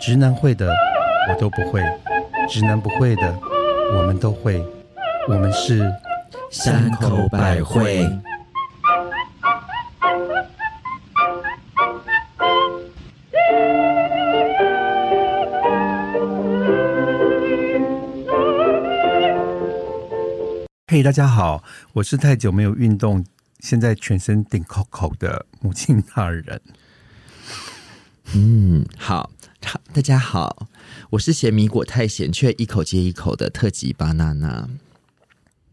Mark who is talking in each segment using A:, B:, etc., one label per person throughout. A: 直男会的我都不会，直男不会的我们都会，我们是
B: 山口百惠。
A: 嘿大家好，我是太久没有运动，现在全身顶扣扣的母亲大人。
B: 嗯，好，好，大家好，我是嫌米果太咸却一口接一口的特级巴娜娜。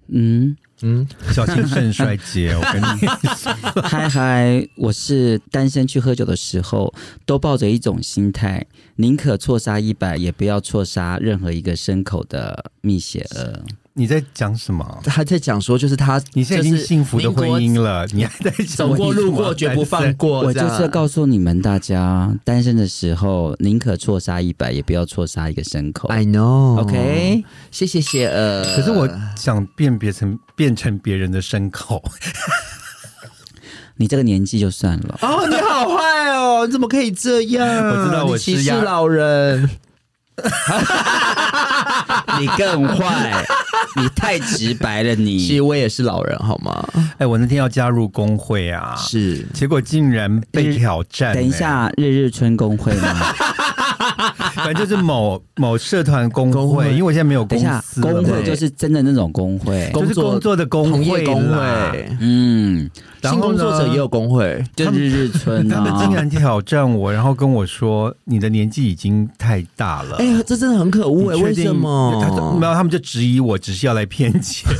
C: 嗯，
B: 嗯，
A: 小心肾衰竭，我跟你说，
C: 嗨嗨，我是单身去喝酒的时候，都抱着一种心态，宁可错杀一百，也不要错杀任何一个牲口的蜜雪儿。
A: 你在讲什么？
B: 他在讲说就是他，
A: 你现在已经幸福的婚姻了，你还在讲
B: 走过路过绝不放？过，
C: 我就是要告诉你们大家，单身的时候宁可错杀一百，也不要错杀一个牲口。
B: I know。
C: OK
B: 谢谢谢呃，
A: 可是我想辨别成变成别人的牲口，
C: 你这个年纪就算了。
B: 哦，你好坏哦，你怎么可以这样？
A: 我知道我是
B: 你歧视
A: 鸭
B: 老人。
C: 你更坏，你太直白了 你，
B: 其实我也是老人，好吗？
A: 哎，我那天要加入工会啊，
B: 是
A: 结果竟然被挑战、
C: 等一，下，日日春工会 吗？
A: 反正就是某某社团工会，
B: 工会
A: 因为我现在没有
C: 等
A: 公
C: 一下，
A: 司了嘛
C: 工会就是真的那种工会。
A: 就是工作的工会啦
B: 同业工会，
C: 嗯，
A: 然
B: 性
A: 后呃
B: 工作者也有工会。
C: 就日日春
A: 他
C: 啊、
A: 们竟然挑战我，然后跟我说你的年纪已经太大了。
B: 哎、呀，这真的很可恶哎、
A: 你确
B: 为
A: 定
B: 什
A: 他说没
B: 么？哦
A: 有，他们就质疑我，只是要来骗 钱。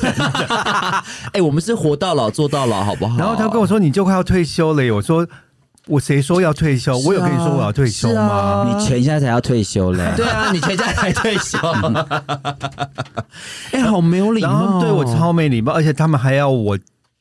B: 哎、我们是活到老做到老，好不好？
A: 然后他跟我说：“你就快要退休了耶。”我说：“我谁说要退休？
B: 是啊
A: 我有跟你说我要退休
B: 是
A: 吗
B: 啊？”
C: 你全家才要退休 嘞、
B: 对啊，你全家才退休，哎、好没有礼
A: 然
B: 貌，
A: 后对我超没礼貌，而且他们还要我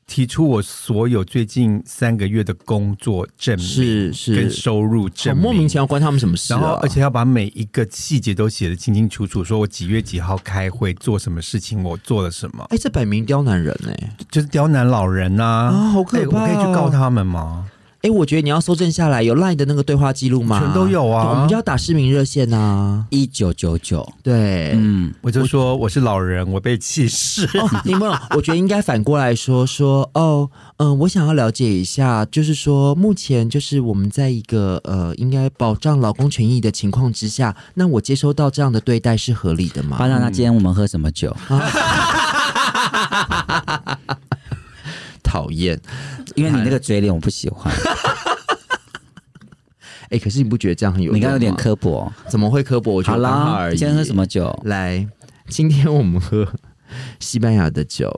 A: 提出我所有最近三个月的工作证明
B: 是是
A: 跟收入
B: 好
A: 证明，
B: 莫名其妙，关他们什么事、啊？
A: 然后，而且要把每一个细节都写得清清楚楚，说我几月几号开会，做什么事情，我做了什么，
B: 哎、这摆明刁难人哎、
A: 就是刁难老人呐、啊
B: 啊好可
A: 哎
B: 怕
A: 我可以啊去
B: 哦
A: 告他们吗？
B: 哎、我觉得你要搜证下来，有 LINE 的那个对话记录吗？
A: 全都有啊
B: 对我们就要打市民热线啊。
C: 一九九九，
B: 对，
C: 嗯，
A: 我就说我是老人，我被歧视。
B: 哦，你们，我觉得应该反过来说说哦，嗯、我想要了解一下，就是说目前就是我们在一个呃，应该保障劳工权益的情况之下，那我接收到这样的对待是合理的吗？
C: 巴娜娜，今天我们喝什么酒？
B: 讨厌，
C: 因为你那个嘴脸我不喜欢，
B: 哎、可是你不觉得这样很有用吗？
C: 你刚刚有点刻薄。
B: 怎么会刻薄？我觉
C: 好
B: 得刚好
C: 啦，
B: 而已。
C: 今天喝什？么酒？
B: 来，今天我们喝西班牙的酒，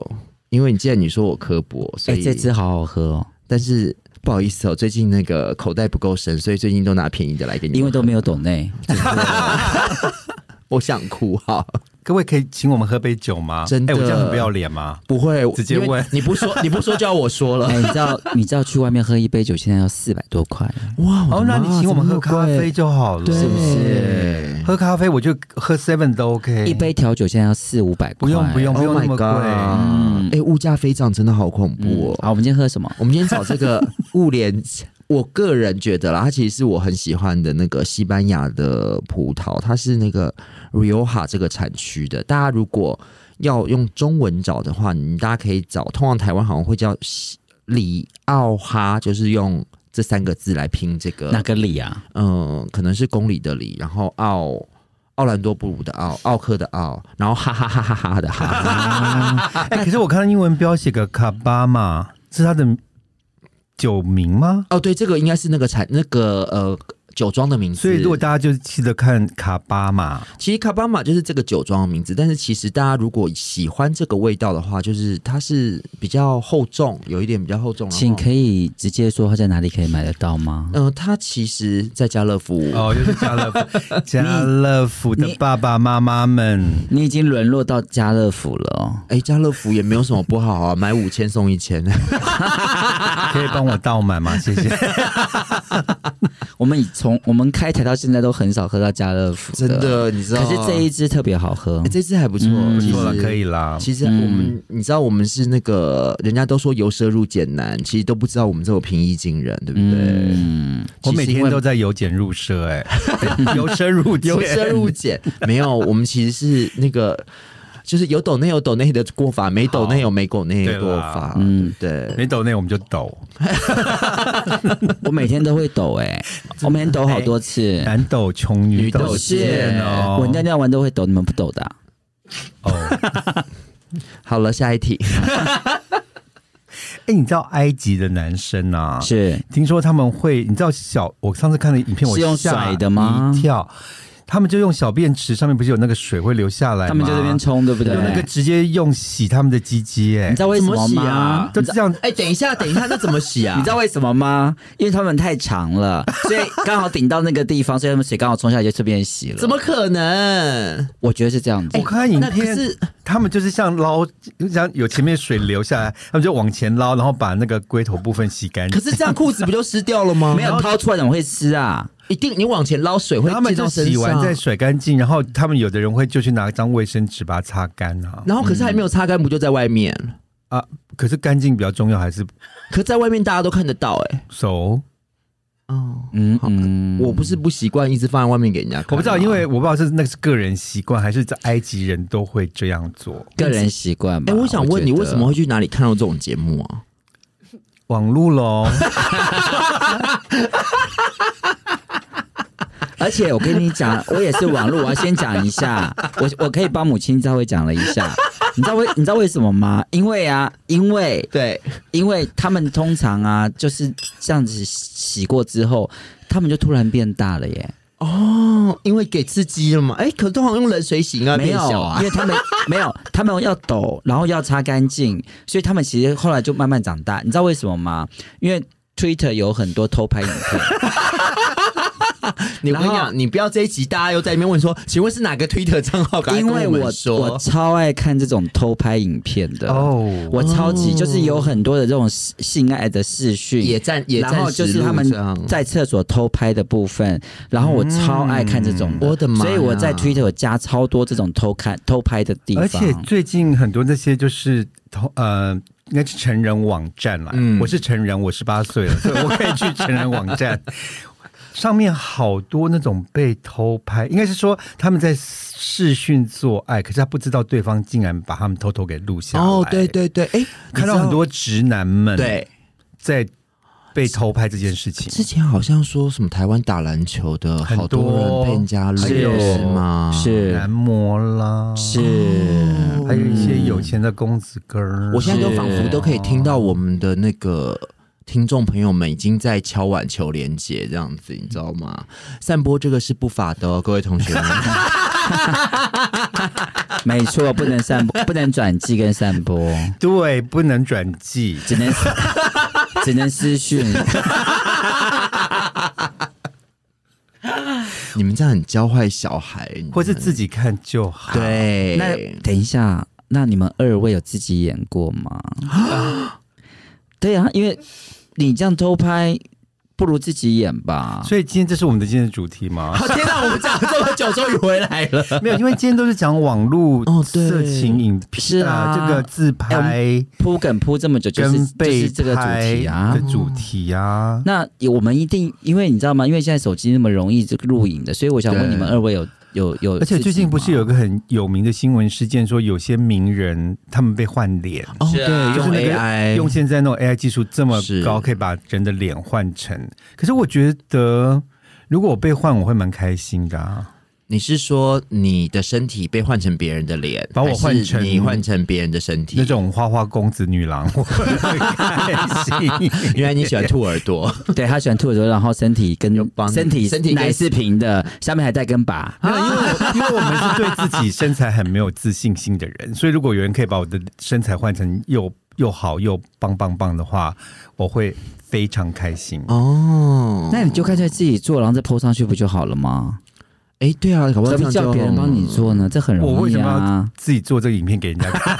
B: 因为你既然你说我刻薄，所
C: 哎、
B: 以、
C: 这支好好喝哦，
B: 但是不好意思哦，最近那个口袋不够深，所以最近都拿便宜的来给你们。
C: 因为都没有懂 内。
B: 我想哭啊哈，
A: 各位可以请我们喝杯酒吗？
B: 真的
A: 哎我这样很不要脸吗？
B: 不会
A: 直接问
B: 因为你不 说，你不说就要我说了
C: 哎、。你知道你知道去外面喝一杯酒现在要四百多块，
B: 哇
A: 哦，那你请我们喝咖啡，就好了，
B: 对
C: 是不是？
A: 喝咖啡我就喝 seven 都 OK，
C: 一杯调酒现在要四五百块。
A: 不用不用不
B: Oh
A: 用那
B: my
A: 么
B: god！
A: 贵。嗯
B: 哎、物价飞涨真的好恐怖
C: 嗯
B: 哦。
C: 好，我们今天喝什么？
B: 我们今天找 这个物联，我个人觉得啦，它其实是我很喜欢的那个西班牙的葡萄，它是那个 Rioja 这个产区的。大家如果要用中文找的话，你大家可以找，通常台湾好像会叫西里奥哈，就是用这三个字来拼这个
C: 哪个里啊？
B: 嗯，可能是公里的里，然后奥奥兰多布鲁的奥，奥克的奥，然后哈哈哈哈哈的 哈，
A: 哎、可是我看到英文标写个卡巴嘛，是他的酒名吗？
B: 哦，对，这个应该是那个产那个呃酒庄的名字。
A: 所以如果大家就记得看卡巴嘛，
B: 其实卡巴马就是这个酒庄的名字，但是其实大家如果喜欢这个味道的话，就是它是比较厚重，有一点比较厚重。然后
C: 请可以直接说它在哪里可以买得到吗？
B: 呃，它其实在家乐福。
A: 哦，就是家乐 福，家乐福的爸爸妈妈们，
C: 你已经沦落到家乐福了哦。
B: 哎，家乐福也没有什么不好啊，买五千 啊送一千。
C: 啊
A: 可以帮我倒满吗？谢谢。
C: 我们以从我们开台到现在都很少喝到家乐福，
B: 真的，你知道？
C: 可是这一支特别好喝
B: 哎。这支还不错，
C: 嗯
A: 不
B: 其
A: 错了，
B: 实
A: 可以啦。
B: 其实我们，你知道，我们是那个人家都说由奢入俭难，其实都不知道我们这种平易近人，对不对？
C: 嗯，
A: 我每
B: 其实因
A: 天
B: 为
A: 都在由俭入奢，哎，由奢入俭
B: 由奢入俭，没有，我们其实是那个，就是有抖内有抖内的过法，没抖内有没抖内的过法，嗯
C: 嗯，
B: 对。
A: 没抖那我们就抖，
C: 我每天都会抖哎、 我每天抖好多次。
B: 哎
A: 男抖穷，女
B: 抖
A: 抖
B: 贱
A: 贱哦。
C: 我尿尿完都会抖，你们不抖的啊、
A: 哦，
B: 好了，下一题。
A: 哎，你知道埃及的男生
B: 哦
A: 啊，
C: 是
A: 听说他们会，你知道小，我上次看的影片，我
C: 是用
A: 吓
C: 甩的吗
A: 一跳，他们就用小便池上面不是有那个水会流下来吗，
C: 他们就这边冲，对不对？
A: 哎用那个直接用洗他们的鸡鸡，哎
C: 你知，道为什么
B: 怎么洗
C: 吗？
B: 啊
A: 就这样
B: 哎、等一下，等一下，那怎么洗 啊？
C: 你知道为什么吗？因为他们太长了， 所以刚好顶到那个地方，所以他们水刚好冲下来就这边洗了。
B: 怎么？可能？
C: 我觉得是这样子。
A: 我看影
B: 哎那可
A: 片，
B: 是
A: 他们就是像捞，就像有前面水流下来，他们就往前捞，然后把那个龟头部分洗干
B: 可
A: 净。
B: 是这样裤子不就湿掉了吗？
C: 没有掏出来怎么会湿啊？
B: 一定你往前捞水会
A: 然后他们
B: 溅
A: 就
B: 到身
A: 洗完
B: 上，
A: 再甩干净，然后他们有的人会就去拿一张卫生纸把它擦干啊
B: 然后可是还没有擦干，不就在外面？
A: 啊！可是干净比较重要，还是
B: 可在外面大家都看得到、哎，
A: 手？
B: 哦，
C: 嗯
B: 好
C: 嗯，
B: 我不是不习惯一直放在外面给人家看啊
A: 我不知道，因为我不知道是那个是个人习惯，还是在埃及人都会这样做。
C: 个人习惯吧。
B: 哎、我想问你，
C: 觉得
B: 为什么会去哪里看到这种节目啊？
A: 网路喽，
C: 而且我跟你 讲，我也是网络，我要先讲一下，我我可以帮母亲稍微讲了一 下。你知道为你知道为什么吗？因为啊，因为
B: 对，
C: 因为他们通常啊就是这样子洗过之后，他们就突然变大了耶。
B: 哦，因为给刺激了嘛。哎、可是通常用冷水洗应该
C: 没
B: 变
C: 有
B: 小啊
C: 因。为他们没有，他们要抖，然后要擦干净，所以他们其实后来就慢慢长大。你知道为什么吗？因为 Twitter 有很多偷拍影片，
B: 你我跟你
C: 然后
B: 讲，你不要这一集大家又在里面问说，请问是哪个推特账号？赶快
C: 因
B: 跟
C: 为
B: 我
C: 我
B: 们说，
C: 超爱看这种偷拍影片的
A: 哦
C: 我超级就是有很多的这种性爱的视讯，
B: 野战野战
C: 然后就是他
B: 实录这样
C: 们在厕所偷拍的部分，然后我超爱看这种
B: 嗯我的妈呀
C: 所以我在 Twitter 有加超多这种偷看偷拍的地方，
A: 而且最近很多那些就是同呃，应该是成人网站啦。
B: 嗯
A: 我是成人，我十八岁了，所以我可以去成人网 站。上面好多那种被偷拍，应该是说他们在视讯做爱，可是他不知道对方竟然把他们偷偷给录下来。
B: 哦，对，对对，哎、
A: 看到很多直男们
B: 对。
A: 在被偷拍这件事情。
B: 之前好像说什么台湾打篮球的
A: 很
B: 好多
A: 多
B: 人被人家
A: 还有
B: 惹是吗？
C: 是
A: 男模啦，
C: 是。
A: 还有一些有钱的公子哥儿。
B: 我现在都仿佛都可以听到我们的那个听众朋友们已经在敲碗求连接这样子，你知道吗？散播这个是不法的哦，各位 同学们。
C: 没错，不能散播，不 能转寄跟散播，
A: 对，不能转寄。
C: 只能 只能私讯。
B: 你们这样很教坏小孩，你们
A: 或是啊自己看就好。，
B: 对
C: 那等一下，那你们二位有自己演过吗？ 对啊，因为你这样偷拍，不如自己演吧。
A: 所以今天这是我们的今天的主题 吗？
B: 好，天哪！我们讲 了这么久，终于回来了。
A: 没有，因为今天都是讲网络
B: 哦对
A: 色情影片、呃
C: 是啊
A: 这个自
C: 哎我
A: 拍
C: 铺梗铺这么久，就是
A: 跟
C: 就
A: 被
C: 是这个主
A: 拍
C: 题啊嗯
A: 的。主题啊。
C: 那我们一定，因为你知道吗？因为现在手机那么容易这个录影的，所以我想问
B: 对
C: 你们二位有有有，
A: 而且最近不是有一
C: 个
A: 个很有名的新闻事件，说有些名人他们被换脸，
B: 哦，
C: 是
B: 对，
C: 啊
A: 就是
B: 用
A: 那个
B: AI，
A: 用现在那种 AI 技术这么
B: 是
A: 高，可以把人的脸换成。可是我觉得，如果我被换，我会蛮开心的啊。
B: 你是说你的身体被换成别人的脸，
A: 把我换
B: 还是
A: 成
B: 你换成别人的身体
A: 那？种花花公子、女郎，我会很开心。
B: 原来你喜欢兔耳朵
C: 对他喜欢兔耳朵，然后身体跟
B: 有帮
C: 身体
B: 身体跟
C: 奶是平的，下面还带根拔。
A: 没有，因为我 因为我们是对自己身材很没有自信心的人， 所以如果有人可以把我的身材换成又又好又棒棒棒的话，我会非常开心。
B: 哦。
C: 那你就干脆自己做，然后再 PO 上去不就好了吗？
B: 哎，对啊，搞不好
C: 何
B: 这
C: 必
B: 样
C: 叫
B: 就
C: 别人帮你做呢？这很
A: 我
C: 容啊
A: 为
C: 易
A: 什么要
C: 啊。
A: 自己做这个影片给人家看？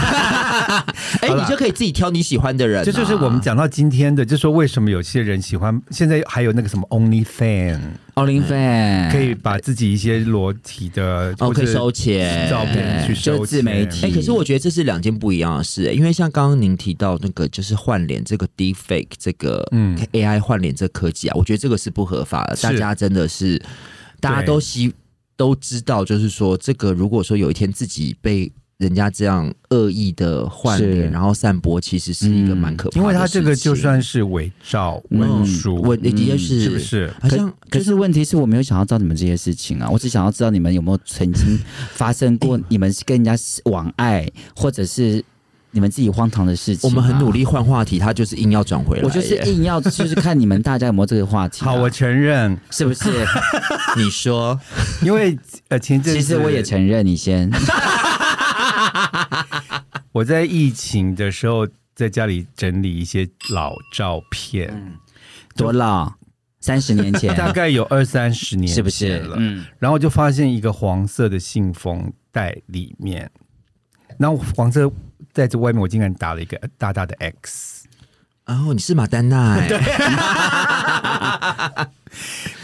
B: 哎、
A: 好啦
B: 你就可以自己挑你喜欢的人、啊。
A: 这就是我们讲到今天的，就说为什么有些人喜欢，现在还有那个什么 Only Fan，
C: 奥林费
A: 可以把自己一些裸体的
B: 哦，
A: 或
B: 可以
A: 者
B: 收钱，
A: 照片去收
C: 就自媒
A: 钱
C: 体
B: 哎、可是我觉得这是两件不一样的事、因为像刚刚您提到那个就是换脸这个 deepfake 这个
A: 嗯
B: AI 换脸这科技啊，我觉得这个是不合法的，
A: 是
B: 大家真的是大家都希都知道，就是说这个如果说有一天自己被人家这样恶意的换
C: 是
B: 脸，然后散播，其实是一个蛮可怕的事
A: 嗯
B: 情、
A: 因为他这个就算是伪造
B: 嗯
A: 文书，嗯
B: 我的确是
A: 是不是？
B: 好像
C: 可是问题是我没有想要知道你们这些事情啊，我只想要知道你们有没有曾经发生
A: 哎
C: 过你们跟人家往爱，或者是你们自己荒唐的事情、
B: 我
C: 啊
B: 们很努，力换话题，他就是硬要转回来耶。
C: 我就是硬要就是看你们大家有没有这个话题啊、
A: 好，我承认，
C: 是 不是？
B: 你 说，
A: 因为呃前阵子
C: 其实我也承认，你先
A: 我在疫情的时候在家里整理一些老照片，
C: 嗯多老，三十年 前
A: 大概有二三十年
C: 是不是
A: 前了？？
C: 嗯，
A: 然后就发现一个黄色的信封袋里面，然后黄色袋子外面我竟然打了一个大大的 X。
B: 然、啊后你是马 丹娜、欸，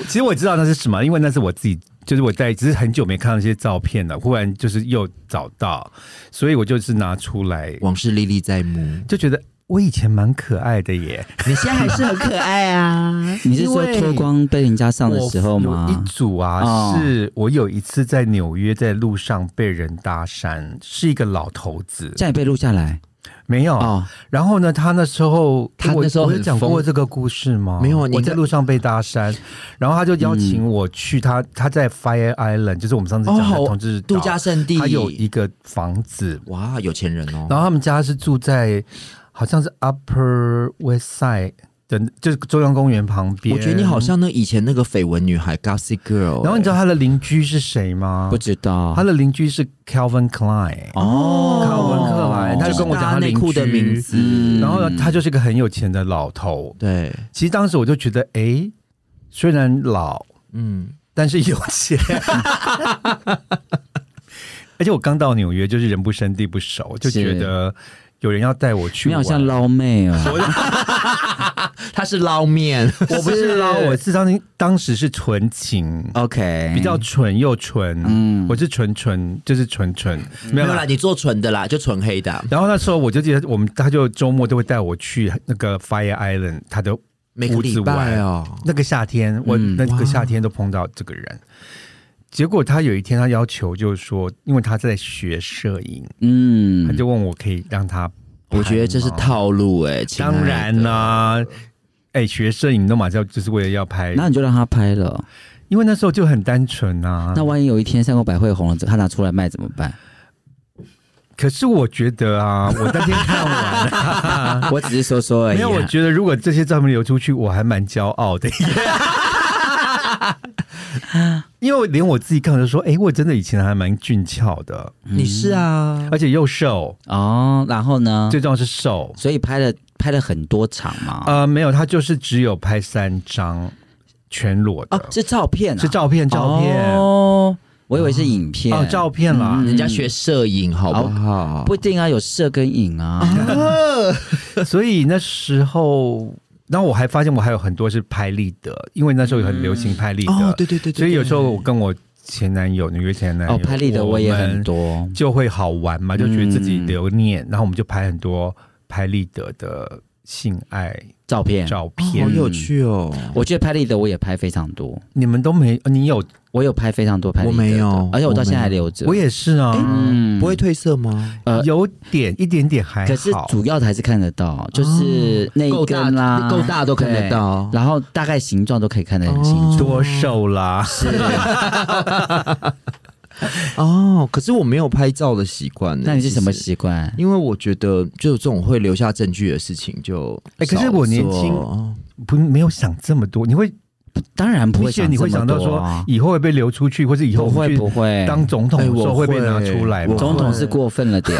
A: 其实我知道那是什么，因为那是我自己，就是我在只是很久没看到这些照片了，忽然就是又找到，所以我就是拿出来，
B: 往事历历在目。
A: 就觉得我以前蛮可爱的耶。
B: 你现在还是很可爱啊。
C: 你是说脱光被人家上的时候
A: 我有
C: 吗
A: 一？组啊，
C: 哦
A: 是我有一次在纽约在路上被人搭讪，是一个老头子，
C: 这样也被录下来
A: 没有
C: 哦，
A: 然后呢，他那时候，
B: 他
A: 我
B: 那时候
A: 我有
B: 很
A: 讲
B: 疯
A: 过这个故事吗？
B: 没有啊你
A: 我在
B: 跟
A: 路上被搭讪，然后他就邀请我去他、他在 Fire Island，就是我们上次讲
B: 哦好
A: 的同志岛
B: 度假胜地
A: 他有一个房子，
B: 哇，有钱人哦。
A: 然后他们家是住在好像是 Upper West Side 的，就是中央公园旁边。
B: 我觉得你好。像那以前那个绯闻女孩 Gossip Girl，、
A: 然后你知道他的邻居是谁吗？
C: 不知道
A: 他的邻居是 Calvin Klein。
C: 哦
A: 卡文克莱他就跟我讲他
B: 内
A: 邻居
B: 裤的名字，
C: 嗯
A: 然后呢，他就是个很有钱的老头。
B: 欸对，
A: 其实当时我就觉得，哎，虽然老，
B: 嗯，
A: 但是有钱。 而且我刚到纽约，就是人不生地不熟，就觉得有人要带我去
C: 没有
A: 玩。
C: 像捞妹哦，
B: 他是捞面，
A: 我不是捞，我是当当时是纯情，
C: OK，
A: 比较纯又纯。
C: 哎嗯
A: 我是纯纯，就是纯纯，没
B: 没
A: 有
B: 有
A: 啦
B: 啦，你做纯的啦，就纯黑的，
A: 然后那时候我就记得，我们他就周末都会带我去那个 Fire Island，他的
B: 每个礼拜哦，
A: 那个夏天，我
C: 嗯
A: 那
B: 哇
A: 个夏天都碰到这个人。结果他有一天，他要求就是说，因为他在学摄影，
C: 嗯
A: 他就问我可以让他拍吗。
B: 我觉得这是套路
C: 欸
B: 哎、亲爱的
A: 当然啦、哎、学摄影那马叫就是为了要拍，
C: 那你就让他拍了。
A: 因为那时候就很单纯啊。
C: 那万一有一天三国百惠红了，他拿出来卖怎么办？
A: 可是我觉得啊，我那天看完了，
C: 我只是说说而已啊。
A: 没有，我觉得如果这些照片流出去，我还蛮骄傲的。 因为我连我自己看，我就说，哎、我真的以前还蛮俊俏的，
B: 你是啊，
C: 嗯
A: 而且又瘦，
C: 哦，然后呢？
A: 最重要是瘦。
C: 所以拍了拍了很多场嘛。
A: 呃，没有，他就是只有拍三张全裸的，
C: 哦，是照片、啊，
A: 是照片，照片哦
C: 哦，我以为是影片。
A: 照片啦。
B: 人家学摄影好不好？
C: 不一定啊，有色跟影啊。嗯
A: 所以那时候，然后我还发现我还有很多是拍立得，因为那时候有很流行拍立得，
B: 哦，对对对对，
A: 所以有时候我跟我前男友、纽约前男友，
C: 哦，拍立得我也很，多。
A: 就会好玩嘛，就觉得自己留念，然后我们就拍很多拍立得的性爱
C: 照片。
A: 照
B: 哦
A: 片。
B: 好有趣哦，
C: 我觉得拍立得我也拍非常多，
A: 你们都没，你有，
C: 我有拍非常多拍立得的，
B: 我没有
C: 而且我到现在还
B: 我没
C: 留着。
A: 我也是啊。
C: 嗯
B: 不会褪色吗？
C: 呃
A: 有点一点点还好，
C: 可是主要的还是看得到，就是那一
B: 够大
C: 根啦，
B: 啊够大都看得
C: 对
B: 到
C: 然后大概形状都可以看得很清楚。
A: 多瘦啦。
B: 哦，可是我没有拍照的习惯呢。
C: 那你是什么
B: 其实
C: 习惯？
B: 因为我觉得，就这种会留下证据的事情就
A: 哎
B: 少做，哦
A: 可是我年轻不没有想这么多，你会
C: 当然不
A: 不
C: 会
A: 屑，
C: 想
A: 你会
C: 这
A: 想
C: 么
A: 到
C: 多
A: 说
C: 啊，
A: 以后会被流出去，或是以后
C: 不
A: 我们
C: 会
A: 去
C: 不会，
A: 当总统的时
B: 哎
A: 候
B: 我会
A: 被拿出来嘛。
B: 我
C: 总统是过分了点，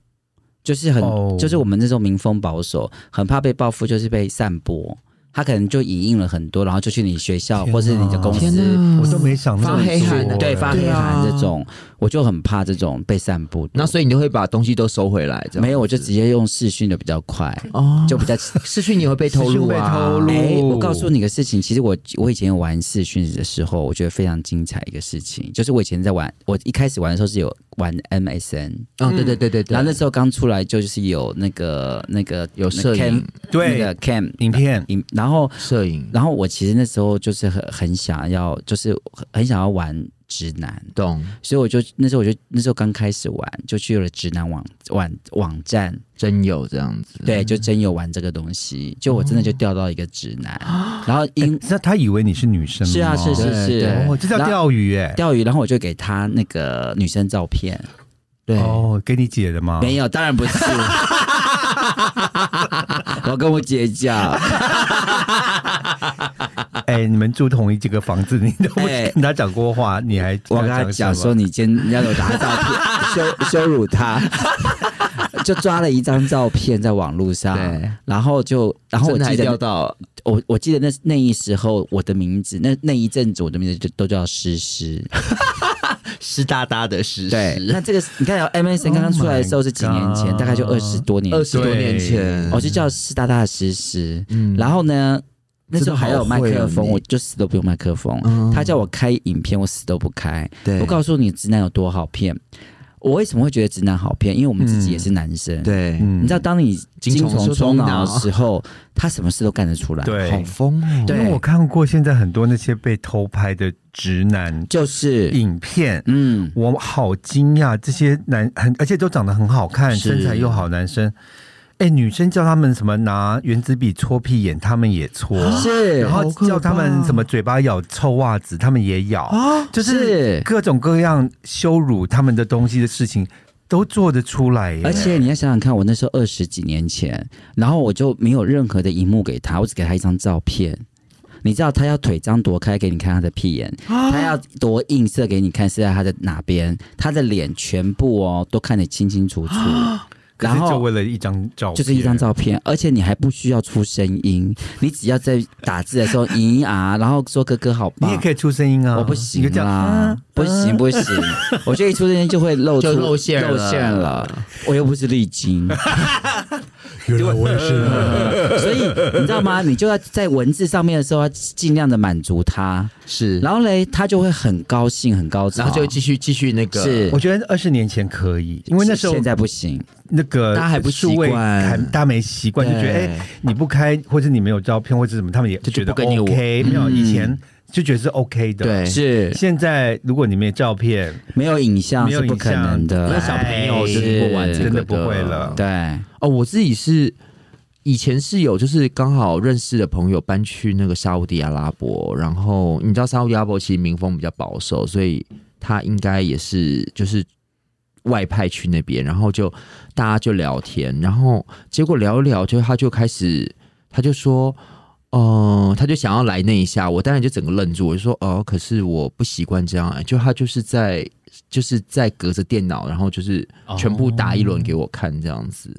C: 就是很，
A: 哦
C: 就是我们那时候民风保守，很怕被报复，就是被散播。他可能就影印了很多，然后就去你学校
A: 天
C: 或是你的
A: 哪
C: 公
B: 天
C: 司，
B: 哪
A: 我都没想那么
B: 发黑函
A: 多
C: 对发
B: 对
C: 黑函
B: 啊
C: 这种，我就很怕这种被散布的。
B: 那所以你会把东西都收回来？这样
C: 没有，我就直接用视讯的比较快，
B: 哦，
C: 就比较
B: 失去你会被偷录
A: 视讯被
B: 啊，
A: 偷录
C: 哎、我告诉你个事情，其实我我以前有玩视讯的时候，我觉得非常精彩一个事情，就是我以前在玩，我一开始玩的时候是有玩 MSN，
B: 嗯，对对对对对，
C: 然后那时候刚出来就是有那个那个
B: 有摄影
C: cam,
A: 对
C: 那个 cam
A: 影片
C: 影，然后
B: 摄影
C: 然后我其实那时候就是很很想要，就是很很想要玩直男，
B: 懂
C: 所以我就那时候我就那时候刚开始玩，就去了直男网网网站，
B: 真有这样子，
C: 对，就真有玩这个东西，就我真的就掉到一个直男，然后因
A: 哎那他以为你是女生吗？
C: 是啊，是是
B: 对
C: 是，
B: 对
A: 哦，这叫
C: 然后
A: 钓鱼哎、
C: 钓鱼，然后我就给他那个女生照片，
B: 对，
A: 哦，给你姐的吗？
B: 啊
C: 没有，当然不是。 我跟我姐讲，
A: 哎、你们住同一这个房子，你 都不
C: 哎
A: 跟他讲过话，你还
C: 我跟他讲
A: 什么
C: 说，你今天要有拿照 片羞羞辱他， 就抓了一张照片在网络上
B: 对，
C: 然后就，然后我
B: 真的还
C: 记
B: 钓
C: 得
B: 到
C: 那，我我记得那那一时候我的名字，那那一阵子我的名字就都叫诗诗。
B: 湿哒哒的湿
C: 对，那这个你看，MSN
B: Oh
C: 刚刚出来的时候是几年前
A: Oh my god
C: 大概就二十多年前，
B: 二十多年前
C: 哦我就叫湿哒哒的湿湿。
B: 嗯
C: 然后呢，那时候还有麦克
B: 真的好
C: 风，
B: 会哦
C: 我就死都不用麦克风。
B: 嗯
C: 他叫我开影片，我死都不开。
B: 对
C: 我告诉你，直男有多好骗。我为什么会觉得直男好骗？因为我们自己也是男生。。
B: 对，
A: 嗯
B: 嗯
C: 你知道，当你
B: 精
C: 精
B: 虫
C: 虫
B: 充
C: 充脑
B: 脑
C: 的时候，他什么事都干得出来。
A: 对
B: 好，疯哦，
A: 因
C: 对
A: 为我看过现在很多那些被偷拍的直男
C: 就是，
A: 影片，
C: 嗯，
A: 我好惊讶，这些男很而且都长得很好看，
C: 是
A: 身材又好，男生。哎、女生叫他们什么拿原子笔戳屁眼，他们也戳；
C: 啊是
A: 然后
B: 好可怕
A: 叫他们什么嘴巴咬臭袜子，他们也咬。
B: 啊，
A: 就是
C: 是
A: 各种各样羞辱他们的东西的事情都做得出来耶，
C: 而且你要想想看，我那时候二十几年前，然后我就没有任何的荧幕给他，我只给他一张照片。你知道他要腿张多开给你看他的屁眼，
A: 啊
C: 他要多映射给你看是在他的哪边，他的脸全部哦都看得清清楚楚，
A: 可是
C: 然后
A: 就为了一张照片，
C: 就是一张照片，而且你还不需要出声音，你只要在打字的时候 咦啊，然后说哥哥好
A: 你也
C: 棒。
A: 可以出声音啊，
C: 哦我不
A: 你
C: 行
A: 就这样
C: 啦
A: 啊，
C: 不行 不行，我觉得一出声音就会露出
B: 就露馅了
C: 露馅了，我又不是丽晶。
A: 原来我也是，啊
C: 所以你知道吗？你就要在文字上面的时候，要尽量的满足他，
B: 是，
C: 然后嘞，他就会很高兴，很高潮，
B: 然后就继续继续那个
C: 是
A: 我觉得二十年前可以，因为那时候
C: 现在不行，
A: 那个
B: 大家还不习
A: 数
B: 惯
A: 位还大家没习惯，就
B: 对
A: 觉得哎、你不开或者你没有照片或者怎么，他们也
B: 就
A: 觉
B: 就
A: 得
B: 不跟你玩
A: OK，没有
C: 嗯
A: 以前就觉得是 OK 的，
B: 对
C: 是
A: 现在如果你没有照片，
C: 没有影像
A: 没有
C: 是不可能
A: 影
C: 的，
A: 像
B: 那小朋友是不玩这
A: 真
B: 个
A: 的不会了。
C: 对，
B: 哦，我自己是以前是有，就是刚好认识的朋友搬去那个沙烏地阿拉伯，然后你知道沙烏地阿拉伯其实民风比较保守，所以他应该也是就是外派去那边，然后就大家就聊天，然后结果聊一聊，就他就开始他就说。嗯，他就想要来那一下，我当然就整个愣住，我就说哦，可是我不习惯这样、欸，就他就是在就是在隔着电脑，然后就是全部打一轮给我看这样子。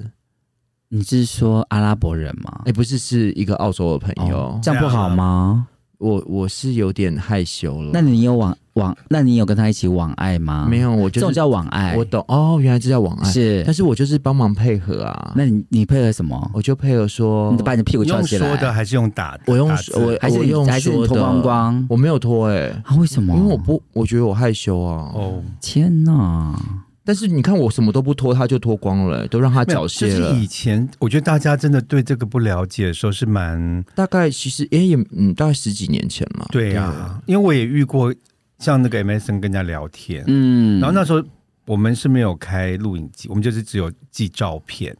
C: 你是说阿拉伯人吗
B: 哎、？不是，是一个澳洲的朋友。
C: 哦这样不好吗？
B: 我我是有点害羞了。
C: 那你有网网，那你有跟他一起网爱吗？
B: 没
C: 有，
B: 有，我就
C: 这种
B: 是
C: 叫网爱
B: 我，懂哦，原来这叫网爱。
C: 是
B: 但。是我就是帮忙配合啊。
C: 那你你配合什么？
B: 我就配合说，
C: 你把你的屁股翘
A: 哦用
C: 起
A: 说的
C: 来，
A: 还是用打？
B: 我用
A: 打字
B: 说我
C: 还是
B: 我
C: 你
B: 用
C: 还是你
B: 说
C: 脱
B: 的
C: 光光？
B: 我没有脱哎、欸
C: 啊？为什么？
B: 因为我不，我觉得我害羞啊。
A: 哦，
C: 天哪！
B: 但是你看，我什么都不脱，他就脱光了欸、都让他
A: 没
B: 缴
A: 有就
B: 械了。
A: 是以前我觉得大家真的对这个不了解的时候是蛮
B: 大概其实，哎、也嗯，大概十几年前了。
A: 对啊，因为我也遇过像那个 MSN 跟人家聊天，
C: 嗯，
A: 然后那时候我们是没有开录影机，我们就是只有寄照片。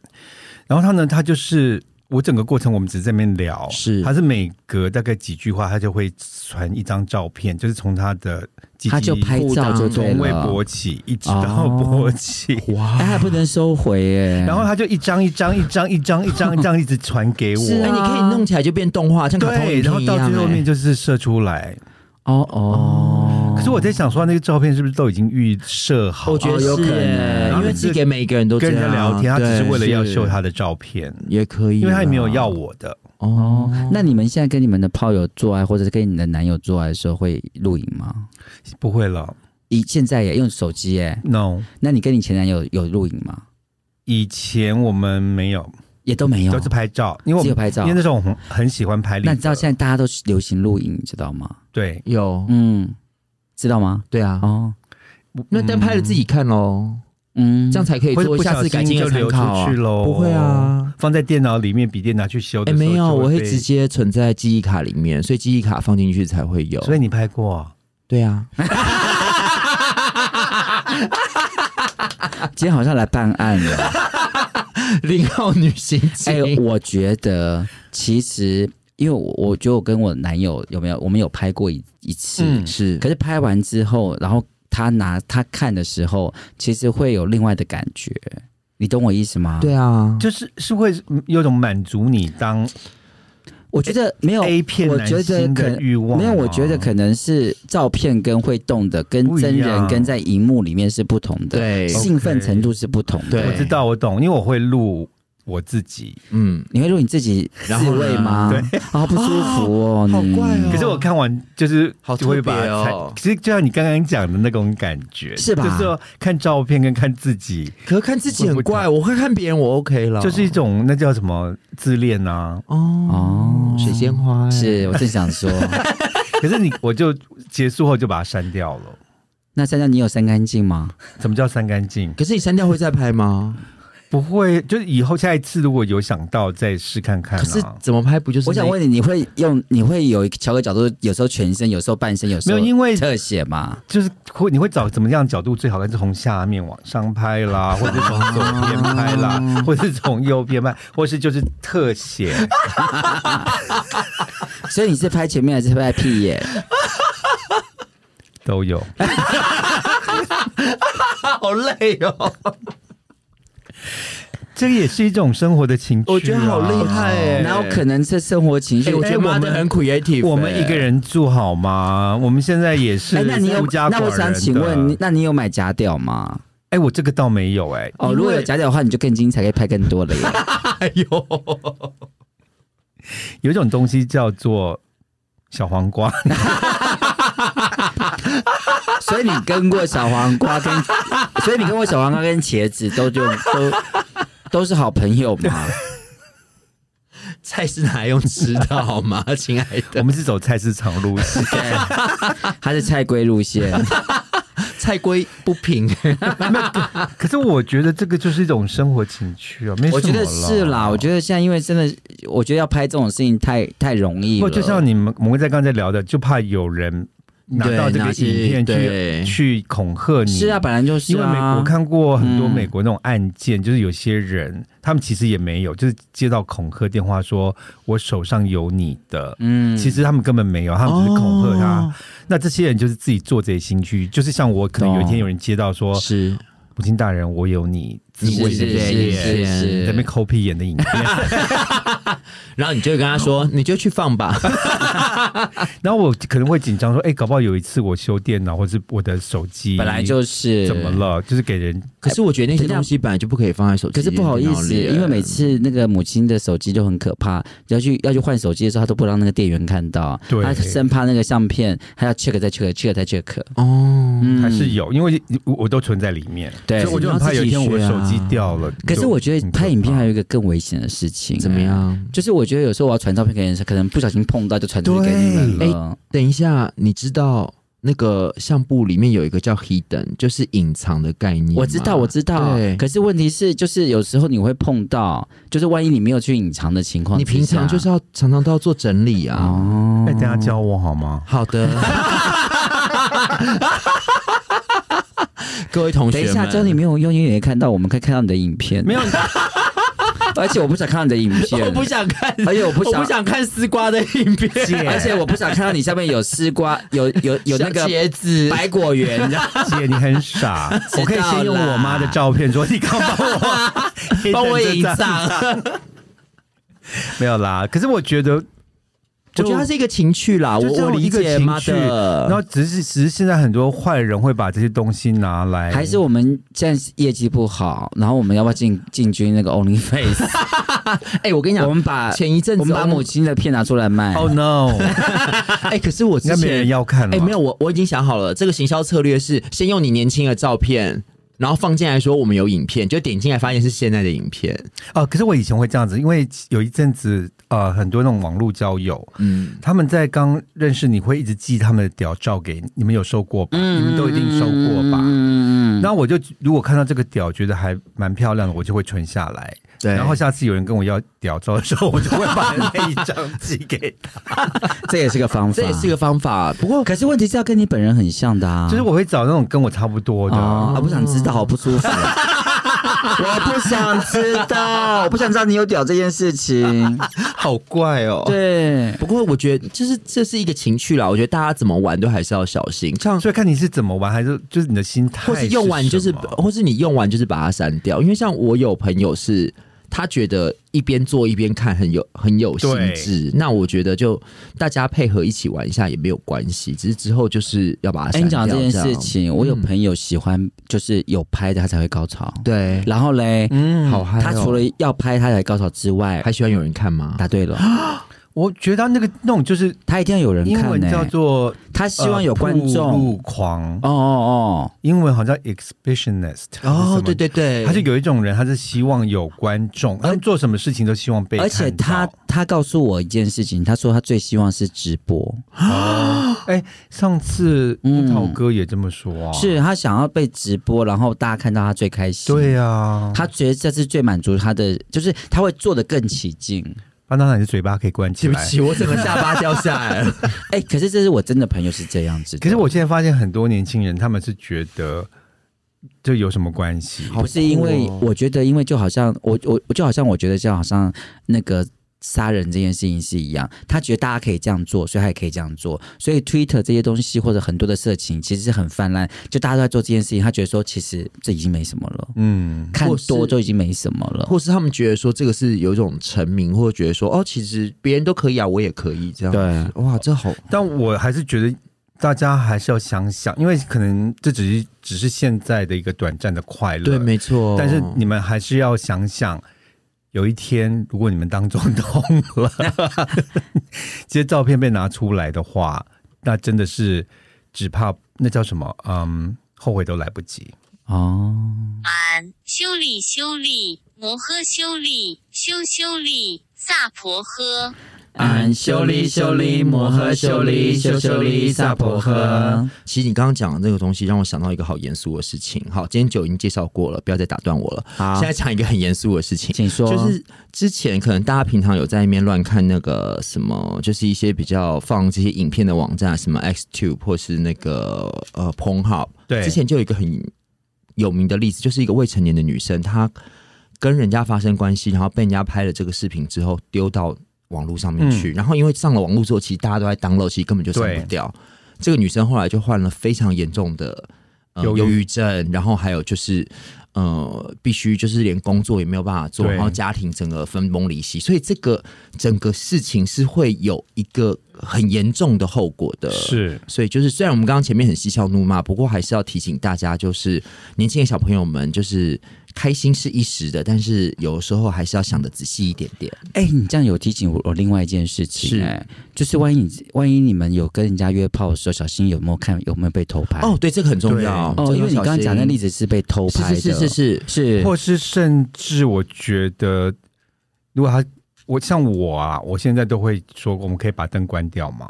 A: 然后他呢，他就是我整个过程我们只是在那边聊，
B: 是
A: 他是每隔大概几句话，他就会传一张照片，就是从他的鸡鸡
C: 他就拍照就对
A: 从未
C: 了。
A: 勃起一直
B: 哦
A: 到勃起。
C: 哎，
B: 哇，
C: 还不能收回耶。
A: 然后他就一张一张、一张一张、一张一张一直传给我，
C: 是
B: 哎，
C: 啊
B: 你可以弄起来就变动画，像卡通
A: 对，
B: 影
A: 然后
B: 片一
A: 到
B: 样
A: 最后面
B: 哎。
A: 就是射出来。
C: 哦哦，
A: 可是我在想说，那个照片是不是都已经预设好？
B: 我觉得
C: 哦有可
B: 是哎，
C: 能
B: 因为寄给每一个人都这
A: 跟
B: 样
A: 人家聊天，他只是
B: 对
A: 为了要
B: 是
A: 秀他的照片，
B: 也可以啦，啊
A: 因为他也没有要我的。
B: 哦。
C: 那你们现在跟你们的炮友做爱，或者是跟你的男友做爱的时候，会录影吗？
A: 不会了
C: 以现在也用手机耶？
A: ，no。
C: 那你跟你前男友有录影吗？
A: 以前我们没有，
C: 也都没有，
A: 都是拍照，因为我
C: 只有
A: 们
C: 拍照
A: 因为。那时候我很很喜欢拍立得。
C: 那你知道现在大家都流行录影，你知道吗？
A: 对，
B: 有，
C: 嗯，知道吗？
B: 对
A: 嗯
B: 啊，
C: 哦，
B: 那但拍了自己看喽，
C: 嗯，
B: 这样才可以
A: 会
B: 做
A: 不
B: 下
A: 小
B: 次改
A: 心
B: 进
A: 就
B: 的参
A: 流出
B: 考啊
A: 去。喽。
B: 不会啊，
A: 放在电脑里面，笔电拿去修
B: 哎，
A: 的时候就被。
B: 没有，我会直接存在记忆卡里面，所以记忆卡放进去才会有。
A: 所以你拍过啊？
B: 对啊，
C: 今天好像来办案 了。
B: 零号女刑
C: 哎、
B: 警，
C: 我觉得其实，因为我我觉得我跟我男友有没有，我们有拍过一一次，
A: 嗯
B: 是
C: 可是拍完之后，然后他拿他看的时候，其实会有另外的感觉，你懂我意思吗？
B: 对，啊，
A: 就是是会嗯有种满足你当
C: 我觉得没有
A: A 片
C: 我
A: 男
C: 觉得
A: 星
C: 可
A: 的
C: 能
A: 欲望吗。啊
C: 没有，我觉得可能是照片跟会动的，跟
A: 不一
C: 真人
A: 样
C: 跟在荧幕里面是不同的，
B: 对
C: 兴奋
A: OK
C: 程度是不同的。
B: 对
A: 我知道，我懂，因为我会录我自己，
B: 嗯，
C: 你会录你自己
B: 然后
C: 自慰
B: 呢
C: 吗？对，啊，不舒服哦，
B: 好
C: 你
B: 怪哦
A: 可是我看完就是
B: 好
A: 就会把
B: 特别
A: 它
B: 哦
A: 才，其实就像你刚刚讲的那种感觉，
C: 是吧
A: 就是说看照片跟看自己，
B: 可是看自己很怪，
A: 会
B: 我会看别人，我 OK 了，
A: 就是一种那叫什么自恋 啊。
B: 哦
C: 哦
B: 水仙花哎
C: 是我正想说，
A: 可是你我就结束后就把它删掉了。
C: 那珊珊你有删干净吗？
A: 什么叫删干净？
B: 可是你删掉会再拍吗？
A: 不会，就是以后下一次如果有想到再试看看、啊。
B: 可是怎么拍不就是？
C: 我想问，你，你会用你会有调个角度，有时候全身，有时候半身，有时候
A: 没有因为
C: 特写嘛？
A: 就是会你会找怎么样的角度最好看？是从下面往上拍 啦，或者是从左边拍啦，或者是从右边拍，或是就是特写。
C: 所以你是拍前面还是拍屁眼？
A: 都 有。
B: 好累哦，
A: 这个也是一种生活的情趣、啊，
B: 我觉得好厉。害哎，
C: 然后可能是生活情绪
B: 哎，，我觉得
A: 哎
B: 妈
A: 我
B: 的
A: 们
B: 很 creative，哎
A: 我们一个。人住好吗？我们现在也是
C: 哎，那你有
A: 孤家寡人
C: 那我想请问，你
A: 的，
C: 那你有买假屌吗？
A: 哎，我这个倒没有哎、
C: 哦，
A: 因为
C: 如果有假屌的话，你就更精彩，可以拍更多了耶。
B: 哎呦，
A: 有一种东西叫做小黄瓜，
C: 所以你跟过小黄瓜跟，所以你跟过小黄瓜跟茄子都就都都是好朋友 嘛？
B: 菜是哪用吃的好吗， 亲爱
A: 我
B: 的？
A: 们是走菜市场路 线。
C: 对，他是菜龟路线。
B: 菜龟不平，
A: 可是我觉得这个就是一种生活情趣啊，没什么
C: 我觉得是啦，我觉得现在因为真的，我觉得要拍这种事情太太容易
A: 不
C: 了。
A: 就像你们我们在刚才聊的，就怕有人拿到这
B: 对
A: 个
B: 拿去
A: 影片
B: 对
A: 去去恐吓你。
C: 是啊，本来就是
A: 因为美
C: 啊。
A: 我看过很多
C: 嗯
A: 美国那种案件，就是有些人他们其实也没有，就是接到恐吓电话说“我手上有你的”，
C: 嗯哦
A: 其实他们根本没有，他们只是恐吓他。那这些人就是自己做贼心虚，就是像我，可能有一天有人接到说
B: 是，
A: “母亲大人，我有你自
C: 是
A: 慰
C: 是
A: 的影
C: 是
A: 片”，
C: 是
A: 在那边
C: 是，
A: 抠屁眼的影片，
B: 然后你就跟他说，你就去放吧。
A: 然后我可能会紧张说：“哎、搞不好有一次我修电脑或是我的手机
C: 本来就是
A: 怎么。了，就是给人
B: 可是我觉得那些东西本来就不可以放在手机，
C: 可是不好意思，因为每次那个母亲的手机就很可怕，要去要去换手机的时候，她都不让那个店员看到，
A: 对
C: 她生怕那个相片，她要 check 再 check，check 再 check。
B: 哦，
C: 嗯
A: 还是有，因为我我都存在里面，
C: 对
A: 所以我就很怕有一天我手机掉了。
C: 可是我觉得
A: 就
C: 拍影片还有一个更危险的事情， 啊
B: 怎么？样？
C: 就是我觉得有时候我要传照片给人，可能不小心碰到就传出去给你们
B: 对
C: 了。哎
B: 等一下，你知道那个相簿里面有一个叫 hidden，就是隐藏的概念吗。
C: 我知道，我知道
B: 对，
C: 可是问题是，就是有时候你会碰到，就是万一你没有去隐藏的情况
B: 你
C: 之下，
B: 平常就是要常常都要做整理啊。
C: 哦
A: 哎，大家教我好吗？
B: 好 的，各位同学
C: 等
B: 们，
C: 哦一下，教你没有用，因为你也看到，我们可以看到你的影片。
A: 没有，
C: 而 且我不想看到你的影片，
B: 我不想看，
C: 而且我不
B: 我
C: 想
B: 不想看丝瓜的影片，
A: 姐
C: 而且我不想看到你下面有丝瓜，有有 有那
B: 小
C: 个
B: 茄子，
C: 百果园， 你知道吗
A: 姐，你很 傻，我可以先用我妈的照片说，你刚帮 我
B: 帮我
A: 影
B: 隐藏。
A: 没有啦。可是我觉得，
B: 我觉得它是一个情趣啦，
A: 就
B: 我
A: 这
B: 我
A: 样
B: 理
A: 一个
B: 解
A: 情
B: 妈
A: 绪，然
B: 的。
A: 后只是只是现在很多坏人会把这些东西拿来，
C: 还是我们现在业绩不好，然后我们要不要进进军那个 OnlyFace？
B: 哎，我跟你
C: 我
B: 讲，
C: 们把
B: 前一阵
C: 我
B: 子哦
C: 们把母亲的片拿出来卖。
A: Oh no！
B: 哎，可是我之
A: 应该没
B: 前
A: 人要看了。
B: 哎、没有，，我我已经想好了，这个行销策略是先用你年轻的照片，然后放进来说我们有影片，就点进来发现是现在的影片。
A: 哦，可是我以前会这样子，因为有一阵子呃，很多那种网络交友，
B: 嗯，
A: 他们在刚认识你会一直寄他们的屌照给你，你们有收过吧？
C: 嗯
B: 嗯
A: 你们都一定收过吧？
C: 嗯嗯嗯嗯
A: 那我就如果看到这个屌，觉得还蛮漂亮的，我就会存下来。
B: 对
A: 然后下次有人跟我要屌照的时候，我就会把那一 张寄给他。
C: 这也是个方
B: 这
C: 法，
B: 也是个方法，不过
C: 可是问题是要跟你本人很像的啊，
A: 就是我会找那种跟我差不多的。
C: 啊，我不想知道，好不 舒服。我不想知道，我不想知道你有屌这件事情。
B: 好怪哦。对，
C: 对，
B: 不过我觉得就是这是一个情趣啦，我觉得大家怎么玩都还是要小心，像
A: 所以看你是怎么玩，还是就是你的心态，
B: 或是用完就是，
A: 什么
B: 或是你用完就是把它删掉，因为像我有朋友是。他觉得一边做一边看很有很有兴致，那我觉得就大家配合一起玩一下也没有关系，只是之后就是要把它
C: 哎，
B: 删
C: 你
B: 掉。
C: 讲这件
B: 样嗯
C: 事，情，我有朋友喜欢，就是有拍的他才会高潮。
B: 对，
C: 然后嘞，
A: 嗯，
B: 好嗨、哦！
C: 他除了要拍他才高潮之外，
B: 还喜欢有人看吗？
C: 答对了，
A: 我觉得那个那种就是
C: 他一定要有人
A: 英
C: 看
A: 文
B: 欸
C: 呢、
A: 叫做
C: 他希望有观
A: 呃
C: 众。
A: 暴露狂，
C: 哦哦
A: 英文好像 exhibitionist 还是什么
B: 哦，对对对，
A: 他就有一种人，他是希望有观众，他们做什么事情都希望被
C: 哦，
A: 看
C: 而
A: 到。
C: 且他他告诉我一件事情，他说他最希望是直播，
A: 哦，哎、上次
C: 嗯
A: 樱桃哥也这么说啊，
C: 是他想要被直播，然后大家看到他最开心。
A: 对啊，
C: 他觉得这是最满足他的，就是他会做的更起劲。
A: 方当然你的嘴巴可以关起
B: 对不
A: 来。
B: 起，我整个下巴掉下来了。
C: 哎、可是这是我真的朋友是这样子的
A: 可是我现在发现很多年轻人，他们是觉得这有什么关系？
C: 不是因为
B: 酷哦
C: 我觉得，因为就好像我我我就好像我觉得就好像那个杀人这件事情是一样，他觉得大家可以这样做，所以他也可以这样做，所以 Twitter 这些东西或者很多的色情其实是很泛滥，就大家都在做这件事情，他觉得说其实这已经没什么了，
A: 嗯，
C: 看
B: 或是
C: 多就已经没什么了。
B: 或是他们觉得说这个是有一种成名，或者觉得说哦，其实别人都可以啊，我也可以这样。，
C: 对，
B: 哇，这好
A: 但我还是觉得大家还是要想想，因为可能这只是只是现在的一个短暂的快乐，
B: 对，没错。
A: 但是你们还是要想想，有一天如果你们当总统了，这些照片被拿出来的话，那真的是只怕那叫什么？嗯，后悔都来不及。
C: 哦，
D: 俺修理修理摩诃修理修修理萨婆诃。
C: 俺
B: 修理修理摩诃修理修修理萨婆诃。其实你刚刚讲的这个东西，让我想到一个好严肃的事情。好，今天酒已经介绍过了，不要再打断我了。
C: 好
B: 现，在讲一个很严肃的事情，
C: 请说，
B: 就是之前可能大家平常有在那边乱看那个什么，就是一些比较放这些影片的网站，什么 XTube 或是那个呃 Pornhub。
A: 对
B: 之前就有一个很有名的例子，就是一个未成年的女生，她跟人家发生关系，然后被人家拍了这个视频之后丢到网络上面去，然后因为上了网络之后，其实大家都在 download，其实根本就删
A: 对
B: 不掉。这个女生后来就患了非常严重的呃
A: 忧郁
B: 忧郁症，然后还有就是呃，必须就是连工作也没有办法做，
A: 对
B: 然后家庭整个分崩离析，所以这个整个事情是会有一个很严重的后果的。。
A: 是，
B: 所以就是，虽然我们刚刚前面很嬉笑怒骂，不过还是要提醒大家，就是年轻的小朋友们，就是开心是一时的，但是有时候还是要想的仔细一点点。
C: 哎、你这样有提醒我我另外一件事情、
B: 是
C: 哎，就是万一你万一你们有跟人家约炮的时候，小心有没有看有没有被偷拍？
B: 哦，对，这个很重要。
A: 对
C: 哦，因为你刚刚讲的例
B: 子
C: 子是被偷拍的，
B: 是是是是是，
C: 是
A: 或是甚至我觉得，如果他我像我啊，我现在都会说，我们可以把灯关掉嘛，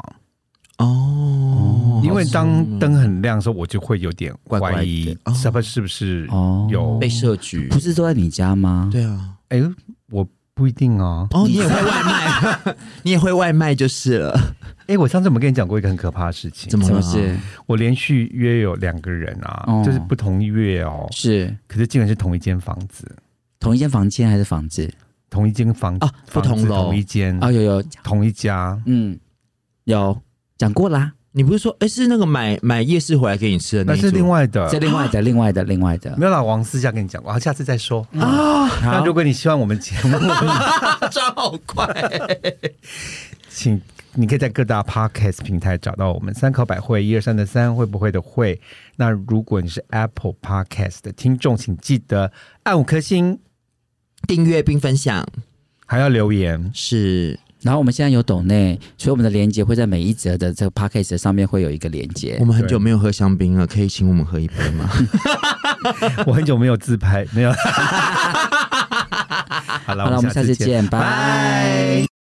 B: 哦，
A: 因为当灯很亮的时候，我就会有点
B: 怪怪
A: 怀疑
B: 的哦，
A: 是不是不是
C: 哦
A: 有
B: 被设局
C: 不，是都在你家吗？
B: 对啊。
A: 哎，我不一定哦。
B: 哦，你也会外卖， 你也会外卖就是了。
A: 哎，我上次有没有跟你讲过一个很可怕的事情？
B: 怎么
C: 什
B: 了
C: 么事？
A: 我连续约有两个人啊，
C: 哦
A: 就是不同月哦，
C: 是
A: 可是竟然是同一间房子，
C: 同一间房间还是房子？
A: 同一间房
B: 啊不
A: 房子
B: 同楼
A: 同一间
B: 嗯
C: 啊，有有，
A: 同一家，
C: 嗯，有讲过啦，
B: 你不是说，哎，是那个买买夜市回来给你吃的那
A: 那
B: 一
A: 是
B: 组
A: 另外的
C: 这。另外的，另外的，另外的。
A: 没有啦，王私下跟你讲过，好下次再说。
B: 啊，
A: 那如果你希望我们节目，
B: 转好快，
A: 请你可以在各大 podcast 平台找到我们三口百会一二三的三会不会的会。那如果你是 Apple Podcast 的听众，请记得按五颗星，
B: 订阅并分享
A: 还要留言。
B: 是
C: 然后我们现在有抖内，所以我们的连接会在每一则的这个 podcast 的上面会有一个连接
B: 我。们很久没有喝香槟了，可以请我们喝一杯吗？
A: 我很久没有 自拍，没有。好了，
C: 好了，我们下次
A: 见。
C: 见，拜。